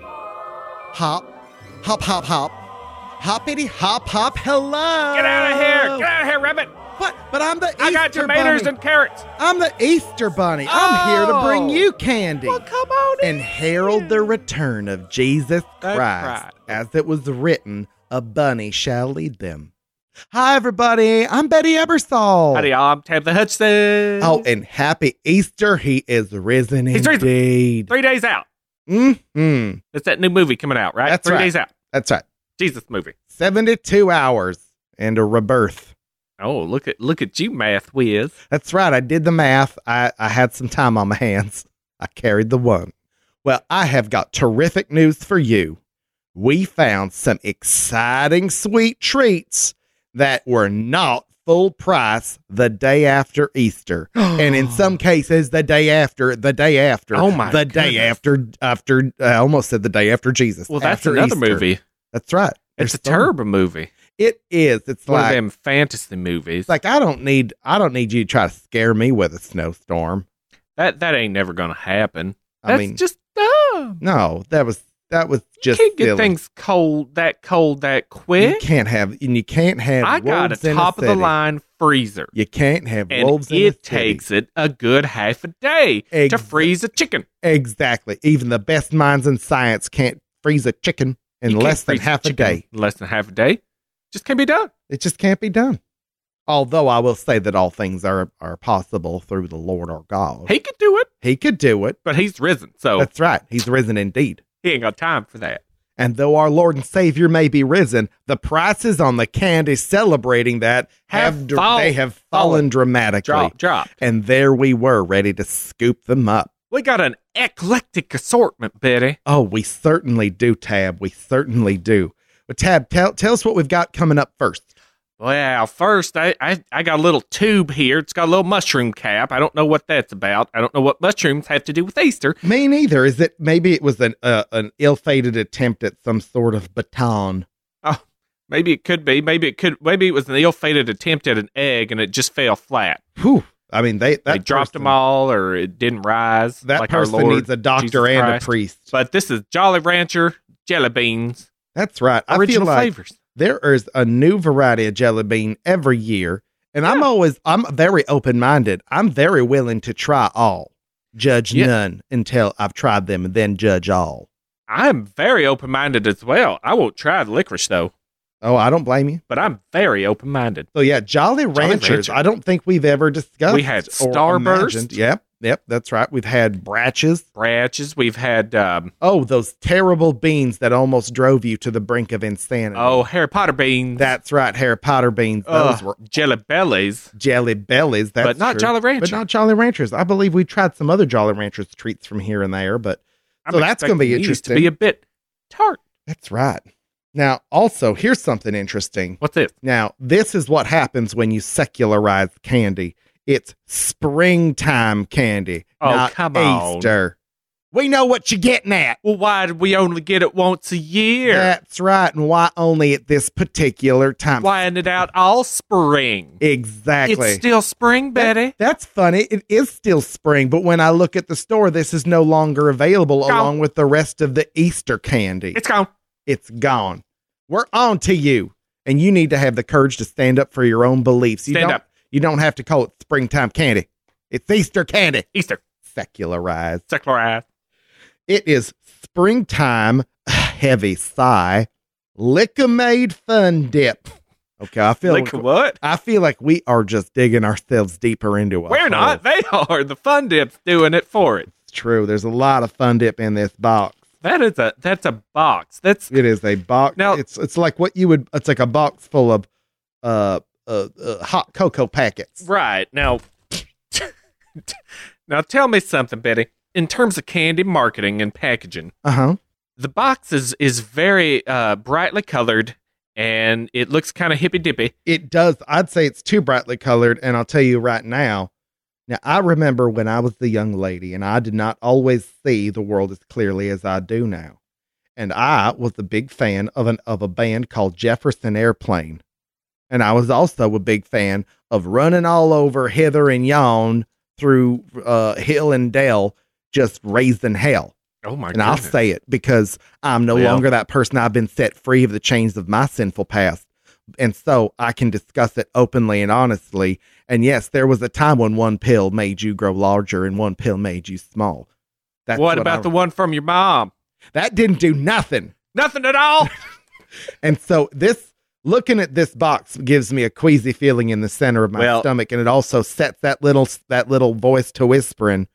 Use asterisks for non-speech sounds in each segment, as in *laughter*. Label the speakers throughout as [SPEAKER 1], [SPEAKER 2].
[SPEAKER 1] Hop, hop, hop, hop. Hoppity hop hop hello.
[SPEAKER 2] Get out of here! Get out of here, rabbit!
[SPEAKER 1] What? But I'm the Easter
[SPEAKER 2] I got tomatoes
[SPEAKER 1] bunny.
[SPEAKER 2] and carrots.
[SPEAKER 1] I'm the Easter bunny. I'm here to bring
[SPEAKER 2] Oh.
[SPEAKER 1] you candy.
[SPEAKER 2] Well, come on
[SPEAKER 1] and
[SPEAKER 2] in.
[SPEAKER 1] herald the return of Jesus
[SPEAKER 2] That's
[SPEAKER 1] Christ,
[SPEAKER 2] right.
[SPEAKER 1] as it was written, a bunny shall lead them. Hi, everybody. I'm Betty Ebersol.
[SPEAKER 2] Howdy, I'm Tabitha Hudson.
[SPEAKER 1] Oh, and happy Easter. He is risen
[SPEAKER 2] He's risen.
[SPEAKER 1] indeed.
[SPEAKER 2] Three days out.
[SPEAKER 1] Mm-hmm.
[SPEAKER 2] It's that new movie coming out, right?
[SPEAKER 1] That's
[SPEAKER 2] Three
[SPEAKER 1] right.
[SPEAKER 2] days out.
[SPEAKER 1] That's right.
[SPEAKER 2] Jesus movie.
[SPEAKER 1] 72 hours and a rebirth.
[SPEAKER 2] Oh, look at look at you, math whiz.
[SPEAKER 1] That's right. I did the math. I, I had some time on my hands. I carried the one. Well, I have got terrific news for you. We found some exciting sweet treats that were not full price the day after Easter. *gasps* and in some cases, the day after, the day after,
[SPEAKER 2] Oh my
[SPEAKER 1] the day
[SPEAKER 2] goodness.
[SPEAKER 1] after, after, uh, I almost said the day after Jesus.
[SPEAKER 2] *gasps* well, that's
[SPEAKER 1] after
[SPEAKER 2] another
[SPEAKER 1] Easter.
[SPEAKER 2] movie.
[SPEAKER 1] That's right.
[SPEAKER 2] It's
[SPEAKER 1] There's
[SPEAKER 2] a
[SPEAKER 1] some-
[SPEAKER 2] turbo movie.
[SPEAKER 1] It is. It's
[SPEAKER 2] One
[SPEAKER 1] like
[SPEAKER 2] of them fantasy movies.
[SPEAKER 1] it's like I don't need I don't need you to try to scare me with a snowstorm.
[SPEAKER 2] that that ain't never gonna happen.
[SPEAKER 1] I
[SPEAKER 2] That's
[SPEAKER 1] mean,
[SPEAKER 2] just dumb.
[SPEAKER 1] no, that was that was
[SPEAKER 2] You
[SPEAKER 1] just
[SPEAKER 2] can't get
[SPEAKER 1] silly.
[SPEAKER 2] things cold that cold that
[SPEAKER 1] You
[SPEAKER 2] quick.
[SPEAKER 1] can't have and you can't have.
[SPEAKER 2] I got a
[SPEAKER 1] wolves in
[SPEAKER 2] top of the
[SPEAKER 1] city.
[SPEAKER 2] line freezer.
[SPEAKER 1] You can't have
[SPEAKER 2] And
[SPEAKER 1] wolves in the
[SPEAKER 2] it
[SPEAKER 1] city.
[SPEAKER 2] takes it a good half a day
[SPEAKER 1] Ex-
[SPEAKER 2] to freeze a chicken.
[SPEAKER 1] exactly. Even the best minds in science can't freeze a chicken in
[SPEAKER 2] You can't
[SPEAKER 1] less than
[SPEAKER 2] freeze
[SPEAKER 1] half a
[SPEAKER 2] chicken
[SPEAKER 1] day.
[SPEAKER 2] in Less than half a day. Just can't be done.
[SPEAKER 1] It just can't be done. Although I will say that all things are are possible through the Lord our God.
[SPEAKER 2] He could do it,
[SPEAKER 1] He could do it.
[SPEAKER 2] but he's risen, so
[SPEAKER 1] That's right. He's risen indeed.
[SPEAKER 2] he ain't got time for that.
[SPEAKER 1] And though our Lord and Savior may be risen, the prices on the candy celebrating that
[SPEAKER 2] Have
[SPEAKER 1] have, dr-
[SPEAKER 2] fall-
[SPEAKER 1] they have fallen,
[SPEAKER 2] fallen.
[SPEAKER 1] dramatically.
[SPEAKER 2] Drop, drop.
[SPEAKER 1] And there we were, ready to scoop them up.
[SPEAKER 2] We got an eclectic assortment, Betty.
[SPEAKER 1] Oh, we certainly do, Tab. We certainly do. But Tab, tell tell us what we've got coming up first.
[SPEAKER 2] Well, first, I, I, I got a little tube here. It's got a little mushroom cap. I don't know what that's about. I don't know what mushrooms have to do with Easter.
[SPEAKER 1] Me neither. Is it maybe it was an uh, an ill-fated attempt at some sort of baton?
[SPEAKER 2] Maybe it could be. Maybe it could. Maybe it was an ill-fated attempt at an egg, and it just fell flat.
[SPEAKER 1] Whew. I mean, they that
[SPEAKER 2] they dropped
[SPEAKER 1] person-
[SPEAKER 2] them all, or it didn't rise.
[SPEAKER 1] That
[SPEAKER 2] like our
[SPEAKER 1] person
[SPEAKER 2] Lord.
[SPEAKER 1] needs a doctor
[SPEAKER 2] Jesus
[SPEAKER 1] and
[SPEAKER 2] Christ.
[SPEAKER 1] a priest.
[SPEAKER 2] But this is Jolly Rancher jelly beans,
[SPEAKER 1] That's right. I feel
[SPEAKER 2] original
[SPEAKER 1] like
[SPEAKER 2] flavors.
[SPEAKER 1] there is a new variety of jelly bean every year and i'm
[SPEAKER 2] Yeah.
[SPEAKER 1] always i'm very open-minded i'm very willing to try all judge
[SPEAKER 2] Yeah.
[SPEAKER 1] none until i've tried them and then judge all
[SPEAKER 2] I'm very open-minded as well. I won't try the licorice though,
[SPEAKER 1] oh i don't blame you
[SPEAKER 2] but I'm very open-minded.
[SPEAKER 1] so yeah jolly ranchers
[SPEAKER 2] Rancher.
[SPEAKER 1] i don't think we've ever discussed
[SPEAKER 2] We had
[SPEAKER 1] or
[SPEAKER 2] Starburst.
[SPEAKER 1] imagined. yep yep that's right we've had bratches
[SPEAKER 2] Branches. We've had um,
[SPEAKER 1] oh those terrible beans that almost drove you to the brink of insanity
[SPEAKER 2] oh Harry Potter beans.
[SPEAKER 1] that's right harry potter beans those
[SPEAKER 2] Ugh.
[SPEAKER 1] were
[SPEAKER 2] jelly bellies,
[SPEAKER 1] jelly bellies that's
[SPEAKER 2] but not
[SPEAKER 1] true.
[SPEAKER 2] Jolly Rancher.
[SPEAKER 1] but not Jolly Ranchers. I believe we tried some other Jolly Ranchers treats from here and there, but so that's gonna be
[SPEAKER 2] expecting these
[SPEAKER 1] interesting.
[SPEAKER 2] To be a bit tart.
[SPEAKER 1] that's right. Now, also, here's something interesting.
[SPEAKER 2] What's this?
[SPEAKER 1] Now, this is what happens when you secularize candy. It's springtime candy,
[SPEAKER 2] Oh,
[SPEAKER 1] not
[SPEAKER 2] come on.
[SPEAKER 1] Easter. We know what you're getting at.
[SPEAKER 2] Well, why did we only get it once a year?
[SPEAKER 1] That's right. And why only at this particular time?
[SPEAKER 2] Why isn't it out all spring?
[SPEAKER 1] Exactly.
[SPEAKER 2] It's still spring,
[SPEAKER 1] That-
[SPEAKER 2] Betty.
[SPEAKER 1] that's funny. It is still spring, but when I look at the store, this is no longer available
[SPEAKER 2] Gone.
[SPEAKER 1] along with the rest of the Easter candy.
[SPEAKER 2] It's gone.
[SPEAKER 1] it's gone. We're on to you. And you need to have the courage to stand up for your own beliefs. You
[SPEAKER 2] Stand
[SPEAKER 1] don't,
[SPEAKER 2] up.
[SPEAKER 1] You don't have to call it springtime candy. It's Easter candy.
[SPEAKER 2] Easter.
[SPEAKER 1] Secularized.
[SPEAKER 2] Secularized.
[SPEAKER 1] It is springtime, heavy sigh, liquor-made fun dip. Okay, I feel
[SPEAKER 2] Like what?
[SPEAKER 1] I feel like we are just digging ourselves deeper into it.
[SPEAKER 2] We're not. They are. The fun dip's doing it for it.
[SPEAKER 1] True. There's a lot of fun dip in this box.
[SPEAKER 2] That is a that's a box. That's
[SPEAKER 1] It is a box.
[SPEAKER 2] Now-
[SPEAKER 1] it's it's like what you would. It's like a box full of uh, uh, uh hot cocoa packets.
[SPEAKER 2] right. Now *laughs* Now tell me something, Betty. In terms of candy marketing and packaging,
[SPEAKER 1] Uh huh.
[SPEAKER 2] the box is, is very uh, brightly colored and it looks kind of hippy dippy.
[SPEAKER 1] It does. I'd say it's too brightly colored, and I'll tell you right now, Now, I remember when I was the young lady and I did not always see the world as clearly as I do now. And I was a big fan of an of a band called Jefferson Airplane. And I was also a big fan of running all over hither and yon through uh, hill and dale, just raising hell.
[SPEAKER 2] Oh my
[SPEAKER 1] And I'll
[SPEAKER 2] god.
[SPEAKER 1] say it because I'm no
[SPEAKER 2] Yeah.
[SPEAKER 1] longer that person. I've been set free of the chains of my sinful past. And so I can discuss it openly and honestly. And yes, there was a time when one pill made you grow larger and one pill made you small. That's
[SPEAKER 2] what about the one from your mom?
[SPEAKER 1] that didn't do nothing.
[SPEAKER 2] Nothing
[SPEAKER 1] *laughs*
[SPEAKER 2] at all.
[SPEAKER 1] And so this looking at this box gives me a queasy feeling in the center of my
[SPEAKER 2] Well-
[SPEAKER 1] stomach, and it also sets that little that little voice to whispering.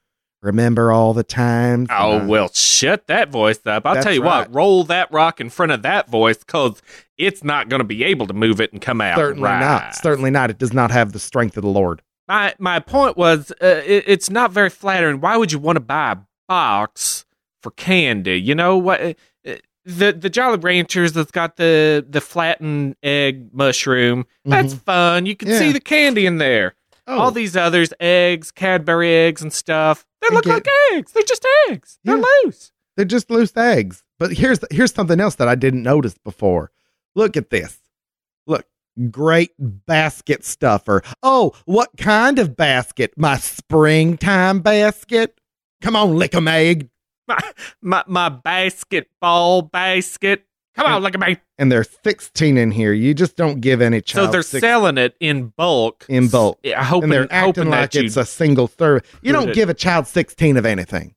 [SPEAKER 1] Remember all the times.
[SPEAKER 2] oh
[SPEAKER 1] I-"
[SPEAKER 2] well, shut that voice up. I'll
[SPEAKER 1] That's
[SPEAKER 2] tell you
[SPEAKER 1] right.
[SPEAKER 2] what. Roll that rock in front of that voice because it's not going to be able to move it and come out.
[SPEAKER 1] certainly
[SPEAKER 2] right.
[SPEAKER 1] not. Certainly not. It does not have the strength of the Lord.
[SPEAKER 2] My my point was, uh, it, it's not very flattering. Why would you want to buy a box for candy? You know what? uh, uh, The the Jolly Ranchers that's got the the flattened egg mushroom. That's
[SPEAKER 1] Mhm.
[SPEAKER 2] fun. You can
[SPEAKER 1] Yeah.
[SPEAKER 2] see the candy in there.
[SPEAKER 1] Oh,
[SPEAKER 2] All these others, eggs, Cadbury eggs, and stuff. They
[SPEAKER 1] I
[SPEAKER 2] look
[SPEAKER 1] get-
[SPEAKER 2] like eggs. They're just eggs. They're
[SPEAKER 1] Yeah.
[SPEAKER 2] loose.
[SPEAKER 1] they're just loose eggs. But here's here's something else that I didn't notice before. Look at this. Look, great basket stuffer. Oh, what kind of basket? My springtime basket. Come on, lick 'em egg.
[SPEAKER 2] My my, my basketball basket. Come on, look at me.
[SPEAKER 1] and there's 16 in here. You just don't give any child.
[SPEAKER 2] So they're
[SPEAKER 1] six-
[SPEAKER 2] selling it in bulk.
[SPEAKER 1] In bulk.
[SPEAKER 2] Yeah, hoping,
[SPEAKER 1] and they're acting
[SPEAKER 2] hoping
[SPEAKER 1] like
[SPEAKER 2] that you
[SPEAKER 1] it's a single serve. You
[SPEAKER 2] do
[SPEAKER 1] don't
[SPEAKER 2] it.
[SPEAKER 1] give a child 16 of anything.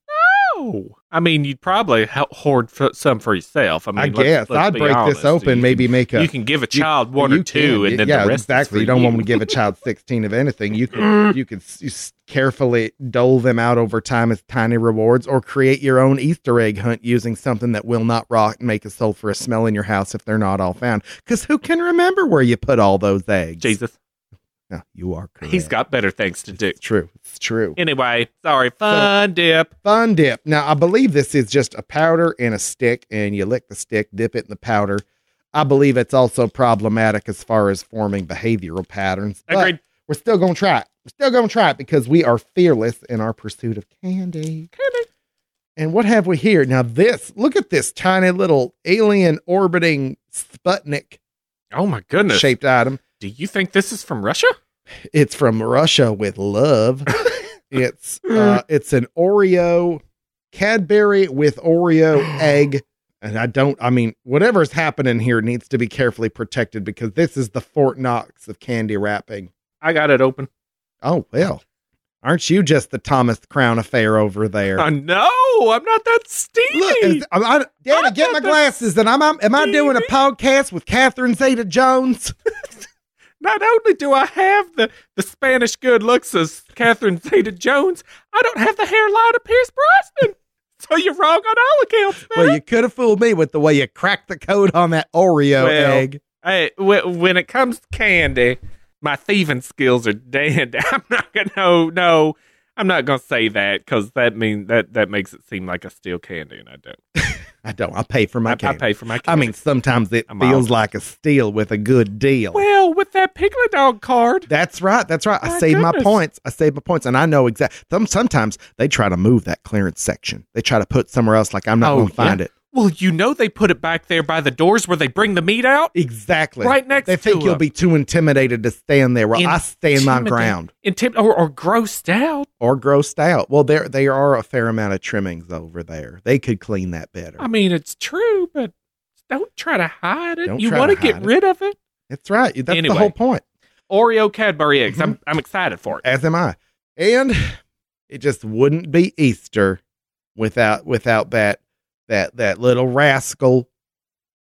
[SPEAKER 2] Oh, I mean, you'd probably ho- hoard f- some for yourself. I mean,
[SPEAKER 1] I
[SPEAKER 2] let's-
[SPEAKER 1] guess
[SPEAKER 2] let's
[SPEAKER 1] I'd
[SPEAKER 2] be
[SPEAKER 1] break
[SPEAKER 2] honest.
[SPEAKER 1] this open,
[SPEAKER 2] You
[SPEAKER 1] maybe make
[SPEAKER 2] Can,
[SPEAKER 1] a
[SPEAKER 2] you can give a
[SPEAKER 1] you-
[SPEAKER 2] child one
[SPEAKER 1] you
[SPEAKER 2] or two,
[SPEAKER 1] can.
[SPEAKER 2] and then
[SPEAKER 1] yeah,
[SPEAKER 2] the rest
[SPEAKER 1] exactly.
[SPEAKER 2] Is for
[SPEAKER 1] you don't want
[SPEAKER 2] you.
[SPEAKER 1] to give
[SPEAKER 2] *laughs*
[SPEAKER 1] a child 16 of anything. You can you can s- you s- carefully dole them out over time as tiny rewards, or create your own Easter egg hunt using something that will not rot and make a sulfurous smell in your house if they're not all found. Because who can remember where you put all those eggs?
[SPEAKER 2] Jesus,
[SPEAKER 1] No, you are correct.
[SPEAKER 2] he's got better things to do.
[SPEAKER 1] It's true. It's true.
[SPEAKER 2] Anyway, sorry, fun dip.
[SPEAKER 1] Fun dip. Now, I believe this is just a powder in a stick, and you lick the stick, dip it in the powder. I believe it's also problematic as far as forming behavioral patterns. but
[SPEAKER 2] Agreed.
[SPEAKER 1] We're still going to try it. We're still going to try it because we are fearless in our pursuit of candy.
[SPEAKER 2] Candy.
[SPEAKER 1] And what have we here? Now, this, look at this tiny little alien orbiting Sputnik
[SPEAKER 2] Oh my goodness!
[SPEAKER 1] shaped item.
[SPEAKER 2] Do you think this is from Russia?
[SPEAKER 1] It's from Russia with love. it's uh, it's an Oreo Cadbury with Oreo egg. And I don't, I mean, whatever's happening here needs to be carefully protected because this is the Fort Knox of candy wrapping.
[SPEAKER 2] I got it open.
[SPEAKER 1] Oh, well, aren't you just the Thomas Crown affair over there?
[SPEAKER 2] I know. Uh, I'm not that steamy.
[SPEAKER 1] Look, is- I'm, i Daddy,
[SPEAKER 2] I
[SPEAKER 1] get my
[SPEAKER 2] thought that-
[SPEAKER 1] glasses. And I'm, I'm am I doing a podcast with Catherine Zeta Jones?
[SPEAKER 2] Not only do I have the, the Spanish good looks as Catherine Zeta Jones, I don't have the hairline of Pierce Brosnan. *laughs* so you're wrong on all accounts, man.
[SPEAKER 1] Well, you could have fooled me with the way you cracked the code on that Oreo
[SPEAKER 2] Well,
[SPEAKER 1] egg.
[SPEAKER 2] Hey, w- when it comes to candy, my thieving skills are damned. *laughs* I'm not gonna no no. I'm not gonna say that because that mean that that makes it seem like I steal candy and I don't.
[SPEAKER 1] I don't. I pay for my
[SPEAKER 2] I, I
[SPEAKER 1] candy.
[SPEAKER 2] pay for my
[SPEAKER 1] I
[SPEAKER 2] candy.
[SPEAKER 1] mean, sometimes it
[SPEAKER 2] I'm
[SPEAKER 1] feels
[SPEAKER 2] out.
[SPEAKER 1] like a steal with a good deal.
[SPEAKER 2] well, with that piglet dog card,
[SPEAKER 1] that's right. That's right. I
[SPEAKER 2] My
[SPEAKER 1] save my
[SPEAKER 2] goodness.
[SPEAKER 1] points. I save my points, and I know exactly. Some, sometimes they try to move that clearance section. They try to put somewhere else. Like I'm not
[SPEAKER 2] Oh,
[SPEAKER 1] going to find it.
[SPEAKER 2] well, you know they put it back there by the doors where they bring the meat out.
[SPEAKER 1] Exactly.
[SPEAKER 2] Right next
[SPEAKER 1] They think
[SPEAKER 2] to
[SPEAKER 1] you'll
[SPEAKER 2] them.
[SPEAKER 1] be too intimidated to stand there. Well, I stand my
[SPEAKER 2] Intimidate-
[SPEAKER 1] ground
[SPEAKER 2] Intim- or, or grossed out.
[SPEAKER 1] or grossed out. Well, there there are a fair amount of trimmings over there. They could clean that better.
[SPEAKER 2] I mean, it's true, but don't try to hide it.
[SPEAKER 1] Don't
[SPEAKER 2] you
[SPEAKER 1] try
[SPEAKER 2] want to
[SPEAKER 1] to
[SPEAKER 2] get
[SPEAKER 1] hide it.
[SPEAKER 2] rid of it.
[SPEAKER 1] that's right. That's
[SPEAKER 2] Anyway.
[SPEAKER 1] the whole point.
[SPEAKER 2] Oreo Cadbury eggs. I'm
[SPEAKER 1] Mm-hmm.
[SPEAKER 2] I'm excited for it.
[SPEAKER 1] as am I. And it just wouldn't be Easter without without that that that little rascal,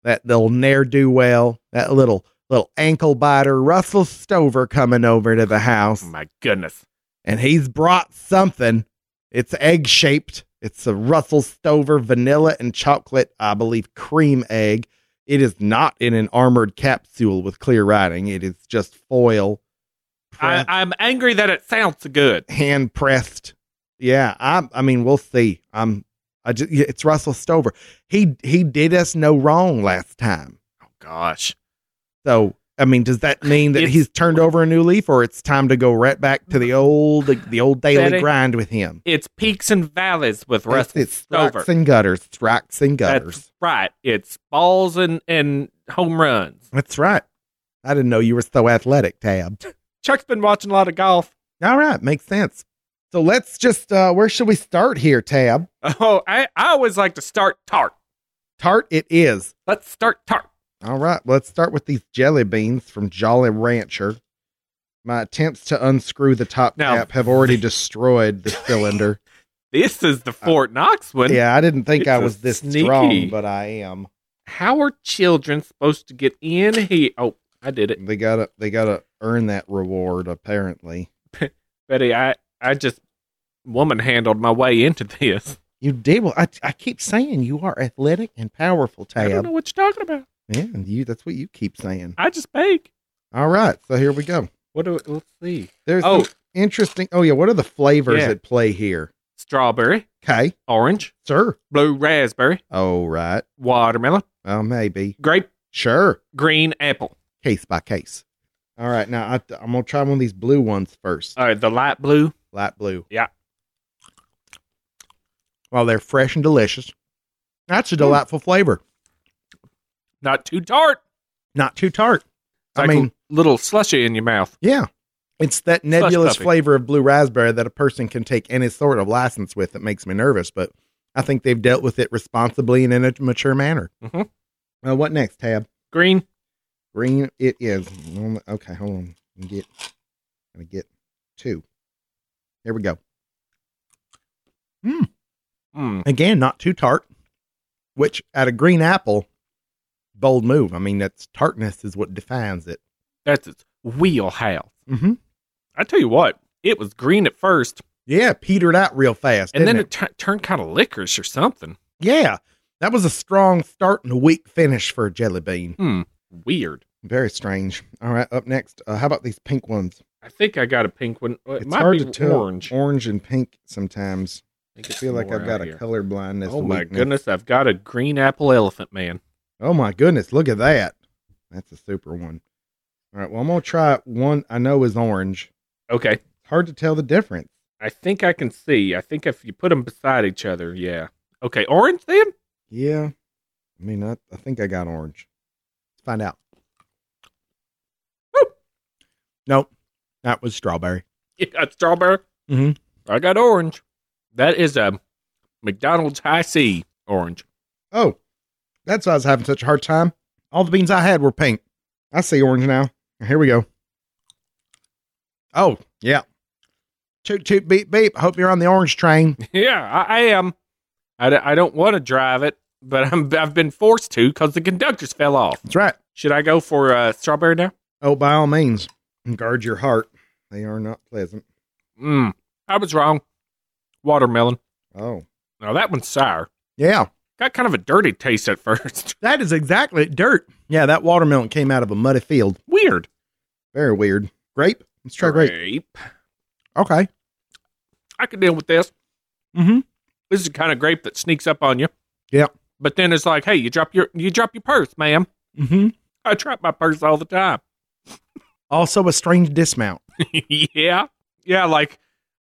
[SPEAKER 1] that little ne'er do well, that little little ankle biter, Russell Stover coming over to the house,
[SPEAKER 2] Oh my goodness.
[SPEAKER 1] and he's brought something. It's egg shaped. It's a Russell Stover vanilla and chocolate, I believe, cream egg. It is not in an armored capsule with clear writing. It is just foil.
[SPEAKER 2] I,
[SPEAKER 1] pressed
[SPEAKER 2] I'm angry that it sounds good.
[SPEAKER 1] hand pressed. Yeah, I I mean we'll see. I'm I just it's Russell Stover. He he did us no wrong last time.
[SPEAKER 2] Oh gosh,
[SPEAKER 1] So I mean, does that mean that
[SPEAKER 2] It's-
[SPEAKER 1] he's turned over a new leaf, or it's time to go right back to the old the old daily
[SPEAKER 2] Betty.
[SPEAKER 1] grind with him?
[SPEAKER 2] It's peaks and valleys with
[SPEAKER 1] It's,
[SPEAKER 2] Russell.
[SPEAKER 1] it's strikes
[SPEAKER 2] over.
[SPEAKER 1] and gutters, strikes and gutters.
[SPEAKER 2] That's right. It's balls and, and home runs.
[SPEAKER 1] That's right. I didn't know you were so athletic, Tab.
[SPEAKER 2] Chuck's been watching a lot of golf.
[SPEAKER 1] All right, makes sense. So let's just uh where should we start here, Tab?
[SPEAKER 2] Oh, I, I always like to start tart.
[SPEAKER 1] Tart it is.
[SPEAKER 2] Let's start tart.
[SPEAKER 1] All right, let's start with these jelly beans from Jolly Rancher. My attempts to unscrew the top
[SPEAKER 2] Now-
[SPEAKER 1] cap have
[SPEAKER 2] *laughs*
[SPEAKER 1] already destroyed the cylinder.
[SPEAKER 2] This is the Fort Knox one.
[SPEAKER 1] Uh, yeah, I didn't think
[SPEAKER 2] *laughs* It's
[SPEAKER 1] I
[SPEAKER 2] a
[SPEAKER 1] was this
[SPEAKER 2] sneaky-
[SPEAKER 1] strong, but I am.
[SPEAKER 2] How are children supposed to get in here? Oh, I did it.
[SPEAKER 1] They gotta they gotta earn that reward, apparently.
[SPEAKER 2] Betty, I, I just woman handled my way into this.
[SPEAKER 1] You did well. I, I keep saying you are athletic and powerful,
[SPEAKER 2] I don't know
[SPEAKER 1] Tab.
[SPEAKER 2] what you're talking about.
[SPEAKER 1] Yeah, you that's what you keep saying.
[SPEAKER 2] I just bake.
[SPEAKER 1] All right, so here we go.
[SPEAKER 2] What do we, let's see.
[SPEAKER 1] There's
[SPEAKER 2] Oh,
[SPEAKER 1] some interesting. Oh yeah, what are the flavors
[SPEAKER 2] Yeah.
[SPEAKER 1] at play here?
[SPEAKER 2] strawberry,
[SPEAKER 1] Okay,
[SPEAKER 2] orange,
[SPEAKER 1] sure.
[SPEAKER 2] blue raspberry,
[SPEAKER 1] Oh right.
[SPEAKER 2] watermelon,
[SPEAKER 1] Oh maybe.
[SPEAKER 2] grape,
[SPEAKER 1] Sure.
[SPEAKER 2] green apple.
[SPEAKER 1] Case by case. All right, now I, I'm gonna try one of these blue ones first.
[SPEAKER 2] All right, the light blue.
[SPEAKER 1] Light blue.
[SPEAKER 2] Yeah.
[SPEAKER 1] Well, they're fresh and delicious. That's
[SPEAKER 2] Mm.
[SPEAKER 1] a delightful flavor.
[SPEAKER 2] Not too tart.
[SPEAKER 1] Not too tart.
[SPEAKER 2] It's
[SPEAKER 1] I
[SPEAKER 2] like
[SPEAKER 1] mean,
[SPEAKER 2] a little slushy in your mouth.
[SPEAKER 1] yeah. It's that nebulous
[SPEAKER 2] puppy.
[SPEAKER 1] flavor of blue raspberry that a person can take any sort of license with that makes me nervous, but I think they've dealt with it responsibly and in a mature manner.
[SPEAKER 2] Mhm.
[SPEAKER 1] Uh, what next, Tab?
[SPEAKER 2] Green.
[SPEAKER 1] Green it is. Mm, Okay, hold on. Let me Get gonna get two. Here we go.
[SPEAKER 2] Mm.
[SPEAKER 1] Again, not too tart. Which at a green apple, bold move. I mean, that's tartness is what defines it.
[SPEAKER 2] That's its wheelhouse.
[SPEAKER 1] Mm-hmm.
[SPEAKER 2] I tell you what, it was green at first,
[SPEAKER 1] Yeah, petered out real fast.
[SPEAKER 2] and then
[SPEAKER 1] didn't
[SPEAKER 2] it, tu- turned kind of licorice or something.
[SPEAKER 1] Yeah, that was a strong start and a weak finish for a jelly bean.
[SPEAKER 2] Hmm. Weird.
[SPEAKER 1] Very strange. All right, up next, uh, how about these pink ones?
[SPEAKER 2] I think I got a pink one. Well, It
[SPEAKER 1] it's
[SPEAKER 2] might
[SPEAKER 1] hard
[SPEAKER 2] be
[SPEAKER 1] to tell.
[SPEAKER 2] orange.
[SPEAKER 1] Orange and pink sometimes.
[SPEAKER 2] I
[SPEAKER 1] I feel like I've got a color blindness.
[SPEAKER 2] Oh my goodness, I've got a green apple elephant man.
[SPEAKER 1] Oh my goodness! Look at that. That's a super one. All right, well I'm gonna try one I know is orange.
[SPEAKER 2] Okay.
[SPEAKER 1] It's hard to tell the difference.
[SPEAKER 2] I think I can see. I think if you put them beside each other, yeah. Okay, orange then?
[SPEAKER 1] Yeah, I mean I, I think I got orange. Let's find out.
[SPEAKER 2] Woo!
[SPEAKER 1] Nope, that was strawberry.
[SPEAKER 2] *laughs* You got strawberry.
[SPEAKER 1] Mhm.
[SPEAKER 2] I got orange. That is a McDonald's high C orange. *laughs*
[SPEAKER 1] Oh, that's why I was having such a hard time. All the beans I had were pink. I see orange now. Here we go. Oh, yeah. Toot, toot, beep, beep. Hope you're on the orange train.
[SPEAKER 2] yeah, I, I am. I, d- I don't want to drive it, but I'm, I've been forced to because the conductors fell off.
[SPEAKER 1] That's right.
[SPEAKER 2] Should I go for uh, strawberry now?
[SPEAKER 1] Oh, by all means, guard your heart. They are not pleasant.
[SPEAKER 2] Mm, I was wrong. Watermelon.
[SPEAKER 1] Oh,
[SPEAKER 2] Now that one's sour.
[SPEAKER 1] yeah.
[SPEAKER 2] Got kind of a dirty taste at *laughs* first.
[SPEAKER 1] That is exactly dirt. Yeah, that watermelon came out of a muddy field.
[SPEAKER 2] Weird.
[SPEAKER 1] Very weird. Grape? Let's try grape.
[SPEAKER 2] Grape.
[SPEAKER 1] Okay.
[SPEAKER 2] I can deal with this.
[SPEAKER 1] Mm-hmm.
[SPEAKER 2] This is the kind of grape that sneaks up on you.
[SPEAKER 1] Yeah.
[SPEAKER 2] But then it's like, hey, you drop your you drop your purse, ma'am.
[SPEAKER 1] Mm-hmm.
[SPEAKER 2] I drop my purse all the time.
[SPEAKER 1] Also a strange dismount.
[SPEAKER 2] *laughs* yeah. Yeah, like,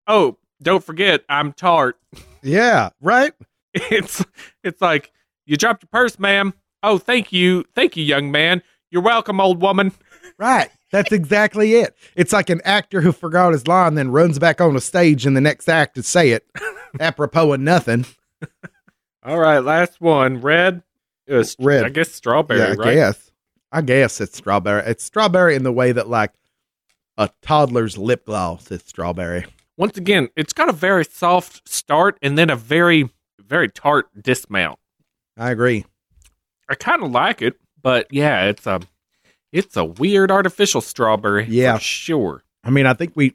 [SPEAKER 2] oh, don't forget, I'm tart. *laughs*
[SPEAKER 1] Yeah, right?
[SPEAKER 2] It's it's like, you dropped your purse, ma'am. Oh, thank you. Thank you, young man. You're welcome, old woman.
[SPEAKER 1] Right. That's exactly it. It's like an actor who forgot his line, then runs back on the stage in the next act to say it, *laughs* apropos of nothing.
[SPEAKER 2] All right, last one. Red. Uh, s-
[SPEAKER 1] Red.
[SPEAKER 2] I guess strawberry,
[SPEAKER 1] yeah, I
[SPEAKER 2] right?
[SPEAKER 1] guess. I guess it's strawberry. It's strawberry in the way that like a toddler's lip gloss is strawberry.
[SPEAKER 2] Once again, it's got a very soft start and then a very, very tart dismount.
[SPEAKER 1] I agree.
[SPEAKER 2] I kind of like it, but yeah, it's a it's a weird artificial strawberry.
[SPEAKER 1] Yeah.
[SPEAKER 2] for sure.
[SPEAKER 1] I mean, I think we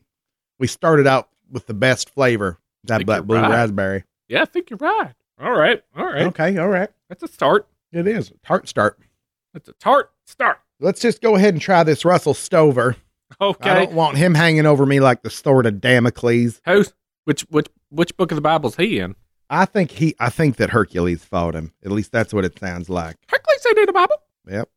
[SPEAKER 1] we started out with the best flavor,
[SPEAKER 2] I
[SPEAKER 1] that
[SPEAKER 2] think
[SPEAKER 1] black
[SPEAKER 2] you're
[SPEAKER 1] blue
[SPEAKER 2] right.
[SPEAKER 1] raspberry.
[SPEAKER 2] Yeah, I think you're right. All right, all right.
[SPEAKER 1] Okay, all right.
[SPEAKER 2] That's a start.
[SPEAKER 1] It is. Tart start.
[SPEAKER 2] That's a tart start. *laughs*
[SPEAKER 1] Let's just go ahead and try this Russell Stover. I
[SPEAKER 2] Okay.
[SPEAKER 1] don't want him hanging over me like the sword of Damocles.
[SPEAKER 2] Who's which which which book of the Bible's he in?
[SPEAKER 1] I think he. I think that Hercules fought him. At least that's what it sounds like.
[SPEAKER 2] Hercules ain't in the Bible.
[SPEAKER 1] Yep.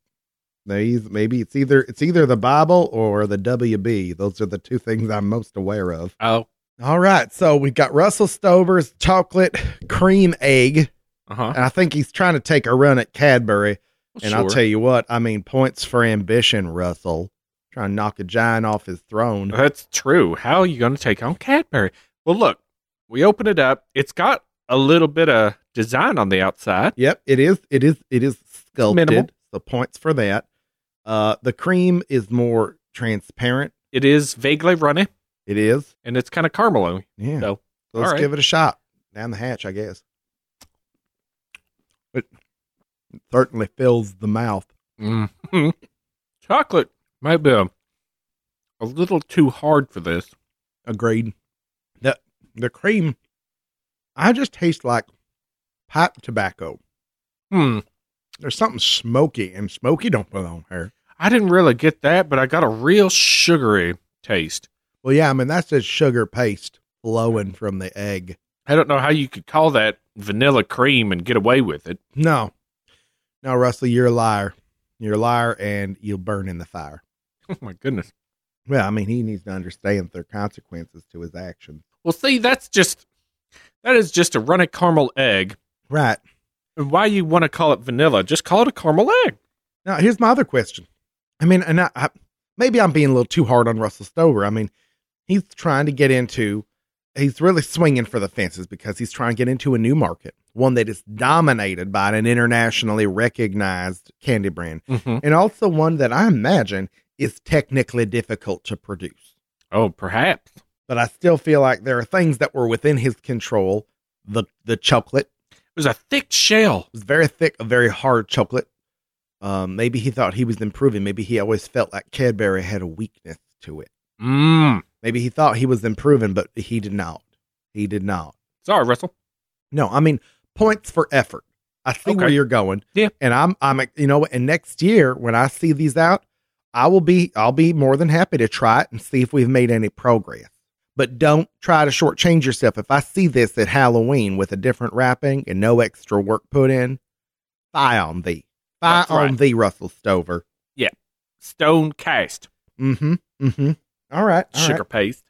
[SPEAKER 1] These maybe it's either it's either the Bible or the WB. Those are the two things I'm most aware of.
[SPEAKER 2] Oh,
[SPEAKER 1] All right, so we've got Russell Stover's chocolate cream egg,
[SPEAKER 2] uh huh.
[SPEAKER 1] and I think he's trying to take a run at Cadbury. And I'll tell you what, I mean, points for ambition, Russell. Trying to knock a giant off his throne.
[SPEAKER 2] That's true. How are you going to take on Cadbury? Well, look, we open it up. It's got a little bit of design on the outside.
[SPEAKER 1] Yep, it is. It is. It is sculpted.
[SPEAKER 2] Minimal.
[SPEAKER 1] So points for that. Uh, the cream is more transparent.
[SPEAKER 2] It is vaguely runny
[SPEAKER 1] It is.
[SPEAKER 2] and it's kind of caramelly.
[SPEAKER 1] Yeah.
[SPEAKER 2] So, all
[SPEAKER 1] let's
[SPEAKER 2] right.
[SPEAKER 1] give it a shot down the hatch, I guess. It it certainly fills the mouth.
[SPEAKER 2] Mhm. Chocolate might be a, a little too hard for this.
[SPEAKER 1] Agreed. The the cream, I just taste like pipe tobacco.
[SPEAKER 2] Hmm.
[SPEAKER 1] There's something smoky, and smoky don't belong here.
[SPEAKER 2] I didn't really get that, but I got a real sugary taste.
[SPEAKER 1] Well, yeah, I mean that's just sugar paste flowing from the egg.
[SPEAKER 2] I don't know how you could call that vanilla cream and get away with it.
[SPEAKER 1] No, no, Russell, you're a liar. You're a liar, and you'll burn in the fire.
[SPEAKER 2] *laughs* Oh my goodness.
[SPEAKER 1] Well, I mean, he needs to understand the consequences to his actions.
[SPEAKER 2] Well, see, that's just that is just a runny caramel egg.
[SPEAKER 1] Right
[SPEAKER 2] And why you want to call it vanilla? Just call it a caramel egg.
[SPEAKER 1] now, here's my other question. I mean, and I, I maybe I'm being a little too hard on Russell Stover. I mean, he's trying to get into, he's really swinging for the fences because he's trying to get into a new market, one that is dominated by an internationally recognized candy brand.
[SPEAKER 2] Mm-hmm.
[SPEAKER 1] and also one that I imagine is technically difficult to produce.
[SPEAKER 2] Oh, perhaps.
[SPEAKER 1] But I still feel like there are things that were within his control. The the chocolate
[SPEAKER 2] It was a thick shell.
[SPEAKER 1] was very thick, a very hard chocolate. Um, maybe he thought he was improving. Maybe he always felt like Cadbury had a weakness to it.
[SPEAKER 2] Mmm.
[SPEAKER 1] Maybe he thought he was improving, but he did not. He did not.
[SPEAKER 2] Sorry, Russell.
[SPEAKER 1] No, I mean points for effort. I see where
[SPEAKER 2] Okay.
[SPEAKER 1] you're going.
[SPEAKER 2] Yeah.
[SPEAKER 1] And I'm I'm you know, and next year when I see these out, I will be I'll be more than happy to try it and see if we've made any progress. But don't try to shortchange yourself. If I see this at Halloween with a different wrapping and no extra work put in, fie on thee. Fie
[SPEAKER 2] That's
[SPEAKER 1] on
[SPEAKER 2] right.
[SPEAKER 1] thee, Russell Stover.
[SPEAKER 2] Stone cast
[SPEAKER 1] Mm-hmm. Mm-hmm. All right. all
[SPEAKER 2] sugar
[SPEAKER 1] right.
[SPEAKER 2] paste.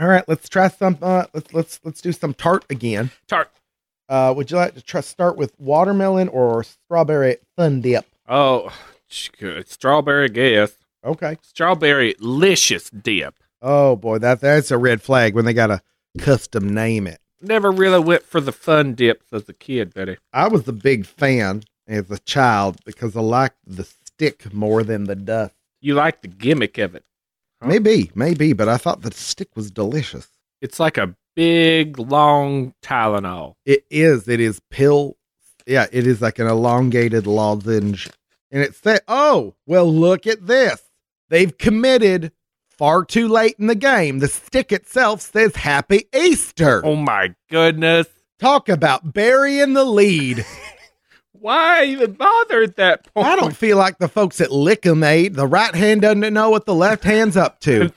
[SPEAKER 1] All right. Let's try some uh let's let's let's do some tart again.
[SPEAKER 2] Tart.
[SPEAKER 1] Uh, would you like to try, start with watermelon or strawberry fun dip?
[SPEAKER 2] Oh, sh- good. strawberry guess.
[SPEAKER 1] Okay.
[SPEAKER 2] Strawberry licious dip.
[SPEAKER 1] Oh boy, that that's a red flag when they got to custom name it.
[SPEAKER 2] Never really went for the fun dips as a kid, Betty.
[SPEAKER 1] I was a big fan as a child because I liked the stick more than the dust.
[SPEAKER 2] You like the gimmick of it. Huh.
[SPEAKER 1] Maybe, maybe, but I thought the stick was delicious.
[SPEAKER 2] It's like a big, long Tylenol.
[SPEAKER 1] It is. It is pill. Yeah, it is like an elongated lozenge, and it said, "Oh, well, look at this. They've committed." Far too late in the game. The stick itself says Happy Easter.
[SPEAKER 2] Oh my goodness.
[SPEAKER 1] Talk about burying the lead.
[SPEAKER 2] Why even bother at that point?
[SPEAKER 1] I don't feel like the folks at Lickum made. The right hand doesn't know what the left hand's up
[SPEAKER 2] *laughs*
[SPEAKER 1] to.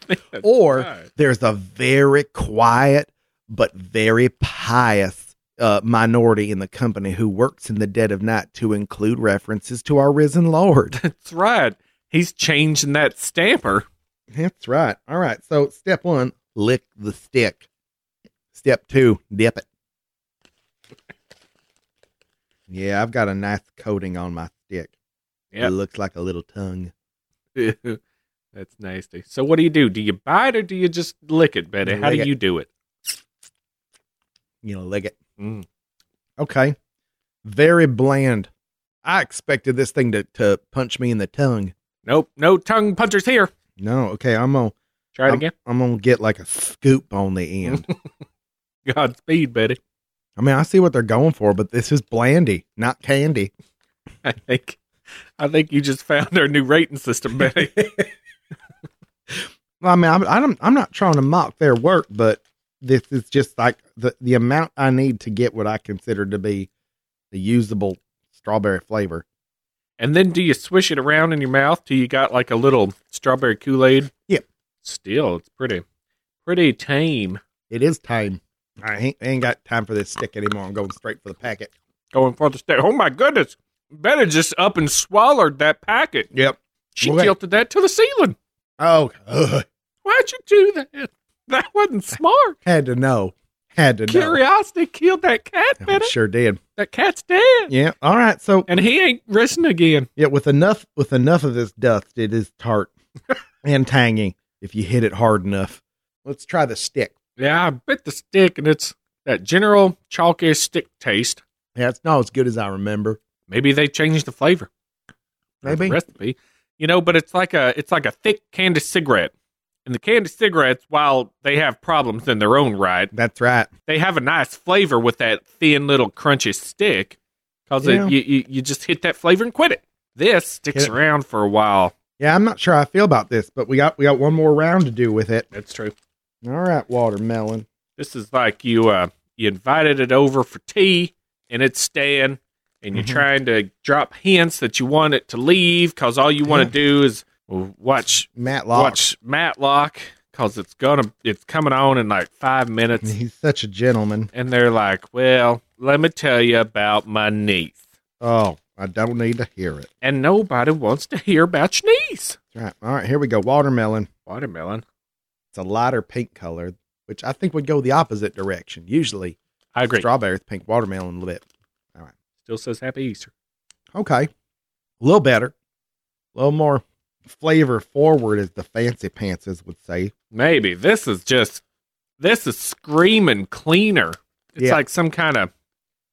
[SPEAKER 1] Or
[SPEAKER 2] Right.
[SPEAKER 1] there's a very quiet but very pious uh, minority in the company who works in the dead of night to include references to our risen Lord.
[SPEAKER 2] That's right. He's changing that stamper. *laughs*
[SPEAKER 1] That's right. All right. So step one, lick the stick. Step two, dip it. Yeah, I've got a nice coating on my stick.
[SPEAKER 2] Yep.
[SPEAKER 1] It looks like a little tongue.
[SPEAKER 2] That's nasty. So what do you do? Do you bite or do you just lick it, Betty? How
[SPEAKER 1] Lick
[SPEAKER 2] do
[SPEAKER 1] it.
[SPEAKER 2] you do it?
[SPEAKER 1] You know, lick it.
[SPEAKER 2] Mm.
[SPEAKER 1] Okay. Very bland. I expected this thing to, to punch me in the tongue.
[SPEAKER 2] Nope. No tongue punchers here.
[SPEAKER 1] No, okay, I'm gonna
[SPEAKER 2] Try it
[SPEAKER 1] I'm-
[SPEAKER 2] again. *laughs*
[SPEAKER 1] I'm gonna get like a scoop on the end.
[SPEAKER 2] Godspeed, Betty.
[SPEAKER 1] I mean, I see what they're going for, but this is blandy, not candy.
[SPEAKER 2] I think I think you just found our new rating system, Betty.
[SPEAKER 1] Well, I mean, I'm I don't, I'm not trying to mock their work, but this is just like the the amount I need to get what I consider to be the usable strawberry flavor.
[SPEAKER 2] and then do you swish it around in your mouth till you got like a little strawberry Kool-Aid?
[SPEAKER 1] Yep.
[SPEAKER 2] Still, it's pretty pretty tame.
[SPEAKER 1] It is time. I ain't, ain't got time for this stick anymore. I'm going straight for the packet.
[SPEAKER 2] Going for the steak. Oh my goodness. Betty just up and swallowed that packet.
[SPEAKER 1] Yep.
[SPEAKER 2] She
[SPEAKER 1] Wait.
[SPEAKER 2] tilted that to the ceiling.
[SPEAKER 1] Oh, ugh.
[SPEAKER 2] Why'd you do that? That
[SPEAKER 1] *laughs*
[SPEAKER 2] wasn't smart.
[SPEAKER 1] had to know. Had to know.
[SPEAKER 2] Curiosity killed that cat,
[SPEAKER 1] Oh,
[SPEAKER 2] man.
[SPEAKER 1] sure did.
[SPEAKER 2] That cat's dead.
[SPEAKER 1] Yeah. All right. So
[SPEAKER 2] And he ain't risen again.
[SPEAKER 1] yeah, with enough with enough of this dust, it is *laughs* tart and tangy if you hit it hard enough. Let's try the stick.
[SPEAKER 2] Yeah, I bit the stick, and it's that general chalky stick taste.
[SPEAKER 1] Yeah, it's not as good as I remember.
[SPEAKER 2] Maybe they changed the flavor. or the
[SPEAKER 1] Maybe.
[SPEAKER 2] recipe. You know, but it's like a it's like a thick candy cigarette. And the candy cigarettes, while they have problems in their own right,
[SPEAKER 1] That's right.
[SPEAKER 2] they have a nice flavor with that thin little crunchy stick because
[SPEAKER 1] Yeah.
[SPEAKER 2] you, you you just hit that flavor and quit it. This sticks
[SPEAKER 1] Hit it.
[SPEAKER 2] around for a while.
[SPEAKER 1] Yeah, I'm not sure how I feel about this, but we got we got one more round to do with it.
[SPEAKER 2] That's true.
[SPEAKER 1] All right, watermelon.
[SPEAKER 2] This is like you uh you invited it over for tea and it's staying and you're
[SPEAKER 1] Mhm.
[SPEAKER 2] trying to drop hints that you want it to leave because all you want
[SPEAKER 1] Yeah.
[SPEAKER 2] to do is watch
[SPEAKER 1] Matlock.
[SPEAKER 2] watch Matlock because it's gonna it's coming on in like five
[SPEAKER 1] *laughs*
[SPEAKER 2] minutes,
[SPEAKER 1] He's such a gentleman.
[SPEAKER 2] and they're like, "Well, let me tell you about my niece,"
[SPEAKER 1] Oh, I don't need to hear it.
[SPEAKER 2] and nobody wants to hear about your niece.
[SPEAKER 1] That's right. All right, here we go. Watermelon.
[SPEAKER 2] Watermelon.
[SPEAKER 1] It's a lighter pink color, which I think would go the opposite direction. Usually,
[SPEAKER 2] I agree.
[SPEAKER 1] strawberries pink, watermelon a little bit.
[SPEAKER 2] Still says Happy Easter.
[SPEAKER 1] Okay, a little better, a little more flavor forward, as the fancy pantses would say.
[SPEAKER 2] Maybe this is just this is screaming cleaner. It's
[SPEAKER 1] Yeah.
[SPEAKER 2] like some kind of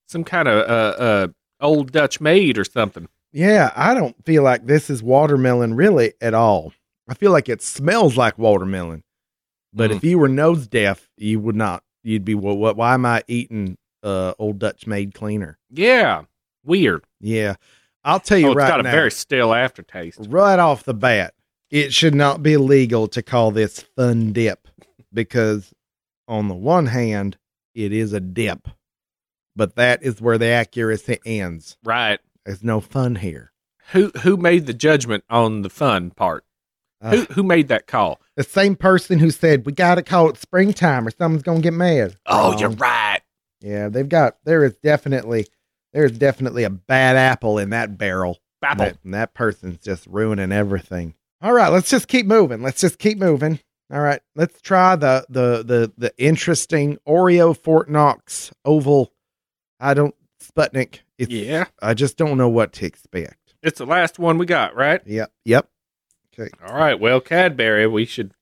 [SPEAKER 2] some kind of uh, uh old Dutch maid or something.
[SPEAKER 1] Yeah, I don't feel like this is watermelon really at all. I feel like it smells like watermelon, but
[SPEAKER 2] Mm.
[SPEAKER 1] if you were nose deaf, you would not. You'd be, well, what? Why am I eating uh, old Dutch made cleaner?
[SPEAKER 2] Yeah, weird.
[SPEAKER 1] Yeah, I'll tell you
[SPEAKER 2] Oh, it's
[SPEAKER 1] right
[SPEAKER 2] got a
[SPEAKER 1] now.
[SPEAKER 2] very stale aftertaste.
[SPEAKER 1] right off the bat, it should not be legal to call this fun dip because, on the one hand, it is a dip, but that is where the accuracy ends.
[SPEAKER 2] Right.
[SPEAKER 1] There's no fun here.
[SPEAKER 2] Who who made the judgment on the fun part?
[SPEAKER 1] Uh,
[SPEAKER 2] who who made that call?
[SPEAKER 1] the same person who said we got to call it springtime or someone's gonna get mad.
[SPEAKER 2] Oh,
[SPEAKER 1] Um,
[SPEAKER 2] right.
[SPEAKER 1] Yeah, they've got. There is definitely, there is definitely a bad apple in that barrel.
[SPEAKER 2] Babble.
[SPEAKER 1] That, that person's just ruining everything. All right, let's just keep moving. Let's just keep moving. All right, let's try the the the the interesting Oreo Fort Knox Oval. I don't Sputnik. It's,
[SPEAKER 2] Yeah,
[SPEAKER 1] I just don't know what to expect.
[SPEAKER 2] it's the last one we got, right?
[SPEAKER 1] Yep. Yep.
[SPEAKER 2] All right. Well, Cadbury, we should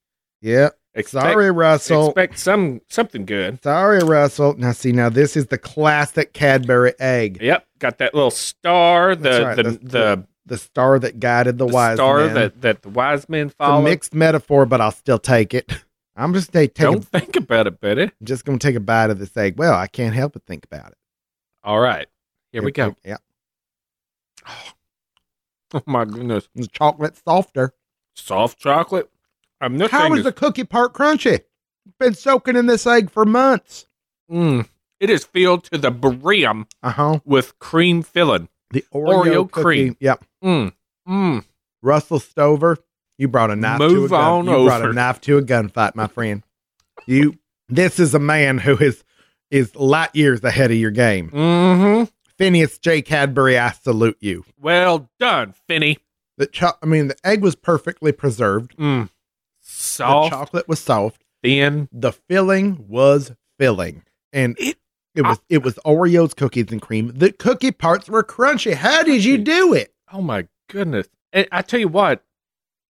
[SPEAKER 1] Yep.
[SPEAKER 2] expect,
[SPEAKER 1] Sorry, Russell.
[SPEAKER 2] expect some something good.
[SPEAKER 1] Sorry, Russell. Now see, now this is the classic Cadbury egg,
[SPEAKER 2] Yep, got that little star, the
[SPEAKER 1] That's right,
[SPEAKER 2] the,
[SPEAKER 1] that's
[SPEAKER 2] the,
[SPEAKER 1] the star that guided the,
[SPEAKER 2] the
[SPEAKER 1] wise
[SPEAKER 2] star
[SPEAKER 1] men.
[SPEAKER 2] that that the wise men
[SPEAKER 1] it's a
[SPEAKER 2] follow.
[SPEAKER 1] mixed metaphor, but I'll still take it. I'm just take, take a
[SPEAKER 2] Don't think about it, buddy.
[SPEAKER 1] I'm just gonna take a bite of this egg. Well, I can't help but think about it.
[SPEAKER 2] All right, here we go.
[SPEAKER 1] Yeah,
[SPEAKER 2] *laughs* Oh my goodness,
[SPEAKER 1] the chocolate softer.
[SPEAKER 2] soft chocolate. I'm not
[SPEAKER 1] How is the cookie part crunchy? Been soaking in this egg for months.
[SPEAKER 2] mm, it is filled to the brim
[SPEAKER 1] Uh huh.
[SPEAKER 2] with cream filling.
[SPEAKER 1] The Oreo,
[SPEAKER 2] Oreo cream.
[SPEAKER 1] cookie. Yep.
[SPEAKER 2] Mm, mm.
[SPEAKER 1] Russell Stover, you brought a knife to a
[SPEAKER 2] Move
[SPEAKER 1] gun.
[SPEAKER 2] on
[SPEAKER 1] you brought a
[SPEAKER 2] over.
[SPEAKER 1] knife to a gunfight, my friend. You. This is a man who is is light years ahead of your game.
[SPEAKER 2] Mm-hmm.
[SPEAKER 1] Phineas J. Cadbury, I salute you.
[SPEAKER 2] Well done, Finny.
[SPEAKER 1] The cho- I mean, the egg was perfectly preserved.
[SPEAKER 2] Mm.
[SPEAKER 1] The
[SPEAKER 2] Soft,
[SPEAKER 1] chocolate was soft.
[SPEAKER 2] thin.
[SPEAKER 1] the filling was filling and it,
[SPEAKER 2] It-
[SPEAKER 1] was it was oreos cookies and cream the cookie parts were crunchy how did you do it
[SPEAKER 2] Oh my goodness! And I tell you what,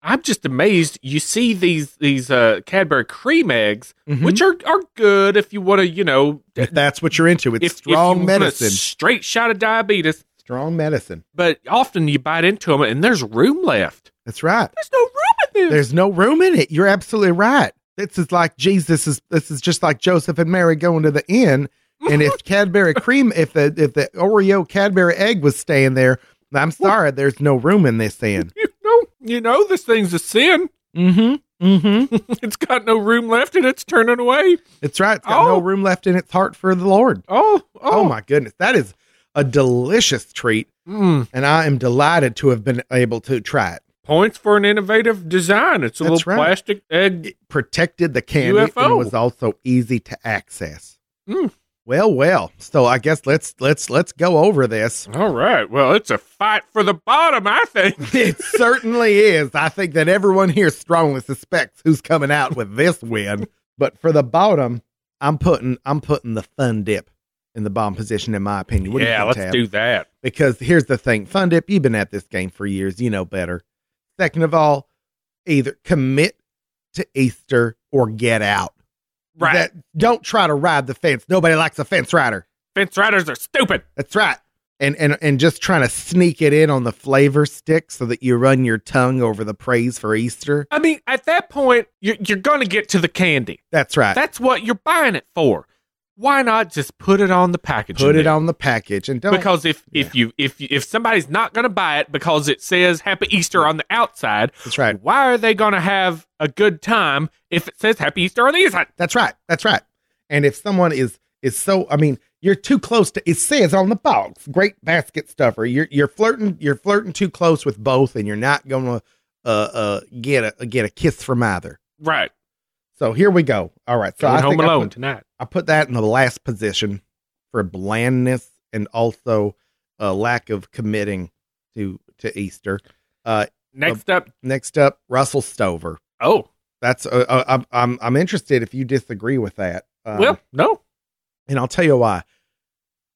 [SPEAKER 2] I'm just amazed. You see these these uh, Cadbury cream eggs,
[SPEAKER 1] Mm-hmm.
[SPEAKER 2] which are are good if you want to, you know,
[SPEAKER 1] if that's what you're into it's
[SPEAKER 2] if, if you
[SPEAKER 1] strong
[SPEAKER 2] want a
[SPEAKER 1] medicine
[SPEAKER 2] straight shot of diabetes.
[SPEAKER 1] strong medicine
[SPEAKER 2] But often you bite into them and there's room left.
[SPEAKER 1] that's right
[SPEAKER 2] There's no room in this.
[SPEAKER 1] there's no room in it you're absolutely right this is like jesus is this is just like joseph and mary going to the inn and
[SPEAKER 2] *laughs*
[SPEAKER 1] if cadbury cream if the if the oreo cadbury egg was staying there i'm sorry there's no room in this
[SPEAKER 2] *laughs*
[SPEAKER 1] inn
[SPEAKER 2] you know, you know, this thing's a sin. *laughs*
[SPEAKER 1] mm-hmm mm-hmm
[SPEAKER 2] it's got no room left and it's turning away.
[SPEAKER 1] It's right. It's got no
[SPEAKER 2] Oh.
[SPEAKER 1] room left in its heart for the Lord.
[SPEAKER 2] Oh, oh,
[SPEAKER 1] Oh. my goodness. That is a delicious treat.
[SPEAKER 2] Mm.
[SPEAKER 1] And I am delighted to have been able to try it.
[SPEAKER 2] points for an innovative design. It's a
[SPEAKER 1] That's
[SPEAKER 2] little
[SPEAKER 1] right.
[SPEAKER 2] plastic egg.
[SPEAKER 1] It protected the candy
[SPEAKER 2] UFO.
[SPEAKER 1] and was also easy to access.
[SPEAKER 2] Mm.
[SPEAKER 1] Well, well. So I guess let's let's let's go over this. *laughs*
[SPEAKER 2] All right. Well, it's a fight for the bottom, I think.
[SPEAKER 1] It certainly is. I think that everyone here strongly suspects who's coming out with this win. But for the bottom, I'm putting I'm putting the fun dip in the bottom position, in my opinion. What do you
[SPEAKER 2] yeah,
[SPEAKER 1] think,
[SPEAKER 2] let's
[SPEAKER 1] Tab?
[SPEAKER 2] do that.
[SPEAKER 1] Because here's the thing, fun dip. You've been at this game for years. You know better. Second of all, either commit to Easter or get out.
[SPEAKER 2] Right.
[SPEAKER 1] That, don't try to ride the fence. Nobody likes a fence rider.
[SPEAKER 2] Fence riders are stupid.
[SPEAKER 1] That's right. And and and just trying to sneak it in on the flavor stick so that you run your tongue over the praise for Easter.
[SPEAKER 2] I mean, at that point, you're, you're going to get to the candy.
[SPEAKER 1] That's right.
[SPEAKER 2] That's what you're buying it for. Why not just put it on the package?
[SPEAKER 1] Put it on the package and don't
[SPEAKER 2] Because if, if you if you, if somebody's not going to buy it because it says Happy Easter on the outside,
[SPEAKER 1] That's right.
[SPEAKER 2] why are they going to have a good time if it says Happy Easter on the inside?
[SPEAKER 1] That's right. That's right. And if someone is is so, I mean, you're too close to. It says on the box, great basket stuffer. You're you're flirting. You're flirting too close with both, and you're not gonna uh uh get a get a kiss from either.
[SPEAKER 2] Right.
[SPEAKER 1] So here we go. All right. So
[SPEAKER 2] Going
[SPEAKER 1] I
[SPEAKER 2] home
[SPEAKER 1] think I
[SPEAKER 2] alone
[SPEAKER 1] put-
[SPEAKER 2] tonight.
[SPEAKER 1] I put that in the last position for blandness and also a lack of committing to to Easter.
[SPEAKER 2] Next up.
[SPEAKER 1] Next up, Russell Stover.
[SPEAKER 2] Oh
[SPEAKER 1] That's uh, uh, I'm- I'm I'm interested if you disagree with that. Um,
[SPEAKER 2] well, no.
[SPEAKER 1] and I'll tell you why.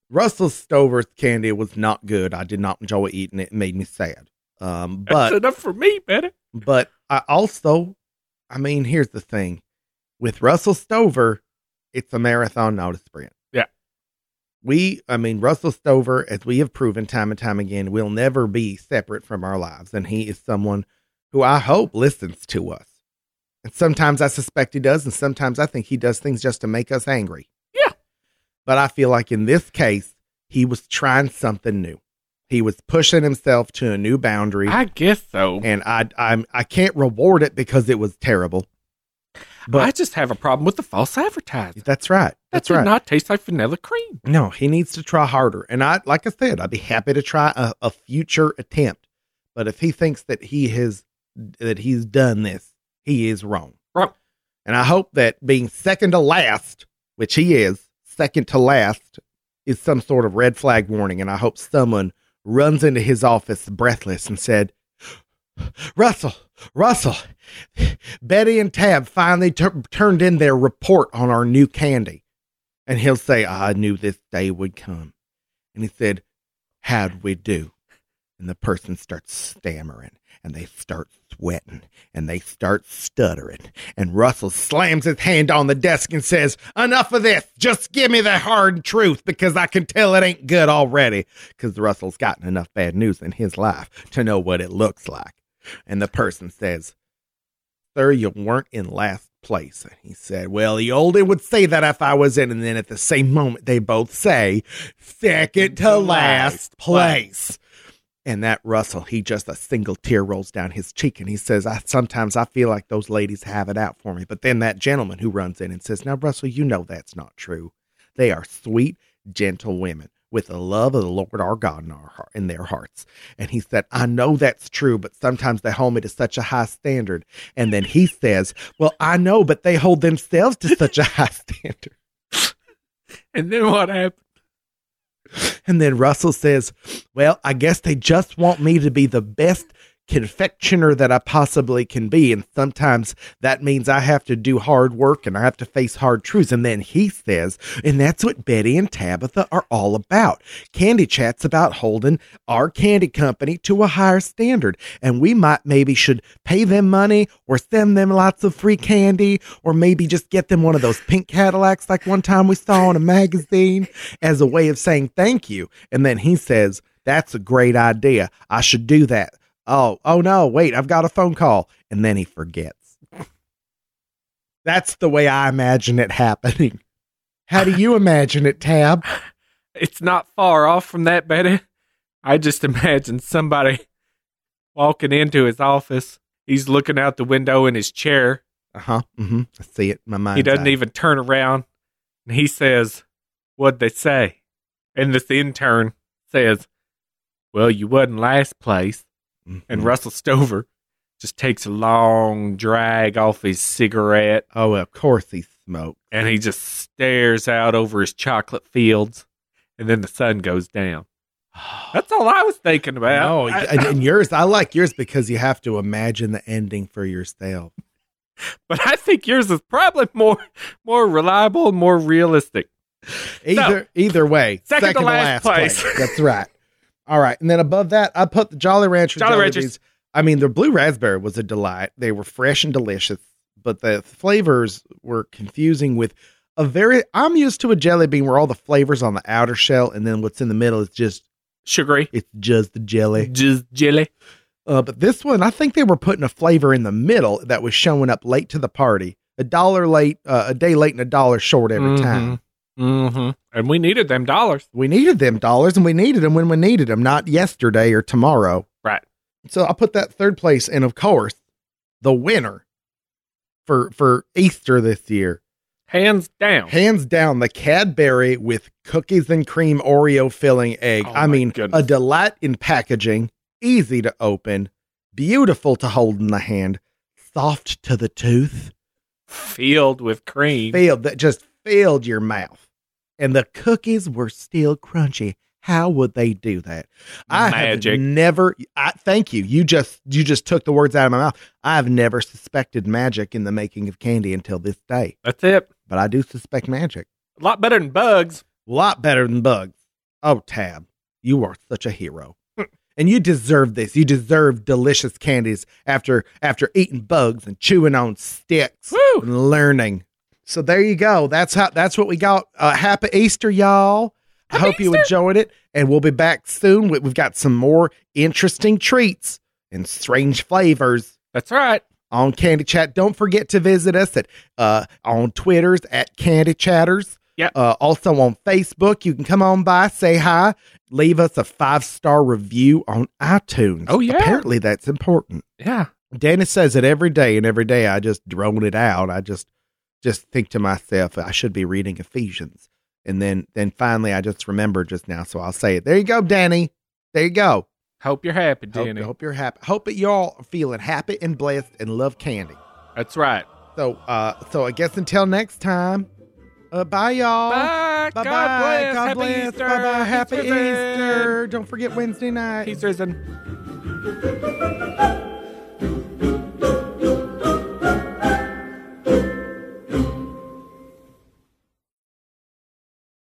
[SPEAKER 1] Russell Stover's candy was not good. I did not enjoy eating it. It made me sad. Um,
[SPEAKER 2] That's
[SPEAKER 1] but
[SPEAKER 2] enough for me, Betty.
[SPEAKER 1] but I also, I mean, here's the thing: with Russell Stover, it's a marathon, not a sprint.
[SPEAKER 2] Yeah.
[SPEAKER 1] We, I mean, Russell Stover, as we have proven time and time again, will never be separate from our lives, and he is someone who I hope listens to us. And sometimes I suspect he does, and sometimes I think he does things just to make us angry.
[SPEAKER 2] Yeah.
[SPEAKER 1] But I feel like in this case, he was trying something new. He was pushing himself to a new boundary
[SPEAKER 2] I guess so.
[SPEAKER 1] and I I'm I can't reward it because it was terrible.
[SPEAKER 2] I
[SPEAKER 1] But
[SPEAKER 2] just have a problem with the false advertising.
[SPEAKER 1] that's right.
[SPEAKER 2] That
[SPEAKER 1] That's
[SPEAKER 2] did
[SPEAKER 1] right.
[SPEAKER 2] not taste like vanilla cream.
[SPEAKER 1] no, he needs to try harder. And I like I said, I'd be happy to try a, a future attempt. But if he thinks that he has that he's done this, he is wrong.
[SPEAKER 2] Wrong.
[SPEAKER 1] And I hope that being second to last, which he is, second to last, is some sort of red flag warning. And I hope someone runs into his office breathless and said, Russell, Russell, Betty and Tab finally tur turned in their report on our new candy. And he'll say, I knew this day would come. And he said, How'd we do? And the person starts stammering and they start sweating and they start stuttering. And Russell slams his hand on the desk and says, Enough of this. Just give me the hard truth because I can tell it ain't good already. Because Russell's gotten enough bad news in his life to know what it looks like. And the person says, Sir, you weren't in last place. And he said, Well, the oldie would say that if I was in. And then at the same moment, they both say, Second to last place. And that Russell, he just a single tear rolls down his cheek and he says, I sometimes I feel like those ladies have it out for me. But then that gentleman who runs in and says, Now, Russell, you know that's not true. They are sweet, gentle women with the love of the Lord our God in, our heart, in their hearts. And he said, I know that's true, but sometimes they hold me to such a high standard. And then he says, Well, I know, but they hold themselves to such a high *laughs* standard.
[SPEAKER 2] And then what happened?
[SPEAKER 1] *laughs* And then Russell says, Well, I guess they just want me to be the best confectioner that I possibly can be. And sometimes that means I have to do hard work and I have to face hard truths. And then he says, And that's what Betty and Tabitha are all about. Candy Chat's about holding our candy company to a higher standard. And we might maybe should pay them money or send them lots of free candy or maybe just get them one of those pink Cadillacs like one time we saw in a magazine as a way of saying thank you. And then he says, That's a great idea. I should do that. Oh, oh no, wait, I've got a phone call. And then he *laughs* forgets. That's the way I imagine it happening. How do you imagine it, Tab?
[SPEAKER 2] It's not far off from that, Betty. I just *laughs* imagine somebody walking into his office. He's looking out the window in his chair.
[SPEAKER 1] Uh huh. Mm-hmm. I see it in my mind.
[SPEAKER 2] He doesn't even turn around. And he says, What'd they say? And this intern says, Well, you wasn't last place.
[SPEAKER 1] Mm-hmm.
[SPEAKER 2] And
[SPEAKER 1] Mm.
[SPEAKER 2] Russell Stover just takes a long drag off his cigarette.
[SPEAKER 1] Oh, of course he smoke.
[SPEAKER 2] and he just stares out over his chocolate fields, and then the sun goes down. That's all I was thinking about.
[SPEAKER 1] No, and, and yours, I like yours because you have to imagine the ending for yourself.
[SPEAKER 2] but I think yours is probably more more reliable, and more realistic.
[SPEAKER 1] Either either way,
[SPEAKER 2] Second to last *laughs* place.
[SPEAKER 1] That's right. All right, and then above that, I put the Jolly Rancher.
[SPEAKER 2] Jolly
[SPEAKER 1] Jolly
[SPEAKER 2] Ranchers.
[SPEAKER 1] Bees. I mean, the blue raspberry was a delight. They were fresh and delicious, but the flavors were confusing with a very. I'm used to a jelly bean where all the flavors on the outer shell, and then what's in the middle is just
[SPEAKER 2] Sugary,
[SPEAKER 1] it's just the jelly.
[SPEAKER 2] just jelly.
[SPEAKER 1] Uh, but this one, I think they were putting a flavor in the middle that was showing up late to the party. A dollar late, uh, a day late, and a dollar short every time.
[SPEAKER 2] Mm-hmm. And we needed them dollars.
[SPEAKER 1] We needed them dollars, and we needed them when we needed them, not yesterday or tomorrow.
[SPEAKER 2] Right.
[SPEAKER 1] So I put that third place, and of course, the winner for for Easter this year,
[SPEAKER 2] Hands down.
[SPEAKER 1] hands down, the Cadbury with cookies and cream Oreo filling egg.
[SPEAKER 2] Oh
[SPEAKER 1] I
[SPEAKER 2] my
[SPEAKER 1] mean,
[SPEAKER 2] goodness.
[SPEAKER 1] a delight in packaging, easy to open, beautiful to hold in the hand, soft to the tooth,
[SPEAKER 2] Filled with cream.
[SPEAKER 1] filled that just filled your mouth, and the cookies were still crunchy. How would they do that? I
[SPEAKER 2] Magic.
[SPEAKER 1] have never. I thank you. You just you just took the words out of my mouth. I've never suspected magic in the making of candy until this day,
[SPEAKER 2] That's it.
[SPEAKER 1] but I do suspect magic.
[SPEAKER 2] A lot better than bugs.
[SPEAKER 1] lot better than bugs. Oh, Tab, you are such a hero. *clears throat* and you deserve this. You deserve delicious candies after after eating bugs and chewing on sticks
[SPEAKER 2] Woo!
[SPEAKER 1] and learning. So there you go. That's how that's what we got. Uh, happy Easter, y'all. I
[SPEAKER 2] Happy
[SPEAKER 1] hope you enjoyed it. And we'll be back soon. We- We've got some more interesting treats and strange flavors
[SPEAKER 2] That's right.
[SPEAKER 1] on Candy Chat. Don't forget to visit us at uh, on Twitter's at Candy Chatters.
[SPEAKER 2] Yep.
[SPEAKER 1] Uh, also on Facebook, you can come on by, say hi, leave us a five star review on iTunes.
[SPEAKER 2] Oh, yeah.
[SPEAKER 1] apparently that's important.
[SPEAKER 2] Yeah.
[SPEAKER 1] Dennis says it every day, and every day I just drone it out. I just just think to myself, I should be reading Ephesians, and then then finally I just remember just now, so I'll say it. There you go, Danny. There you go.
[SPEAKER 2] Hope you're happy,
[SPEAKER 1] Hope,
[SPEAKER 2] Danny.
[SPEAKER 1] hope you're happy. Hope that y'all are feeling happy and blessed and love candy.
[SPEAKER 2] That's right.
[SPEAKER 1] So, uh, so I guess until next time, uh, bye y'all.
[SPEAKER 2] Bye.
[SPEAKER 1] Bye-bye.
[SPEAKER 2] God bless. Happy Easter.
[SPEAKER 1] Bye bye.
[SPEAKER 2] He's
[SPEAKER 1] Happy
[SPEAKER 2] risen.
[SPEAKER 1] Easter. Don't forget Wednesday night.
[SPEAKER 2] He's risen.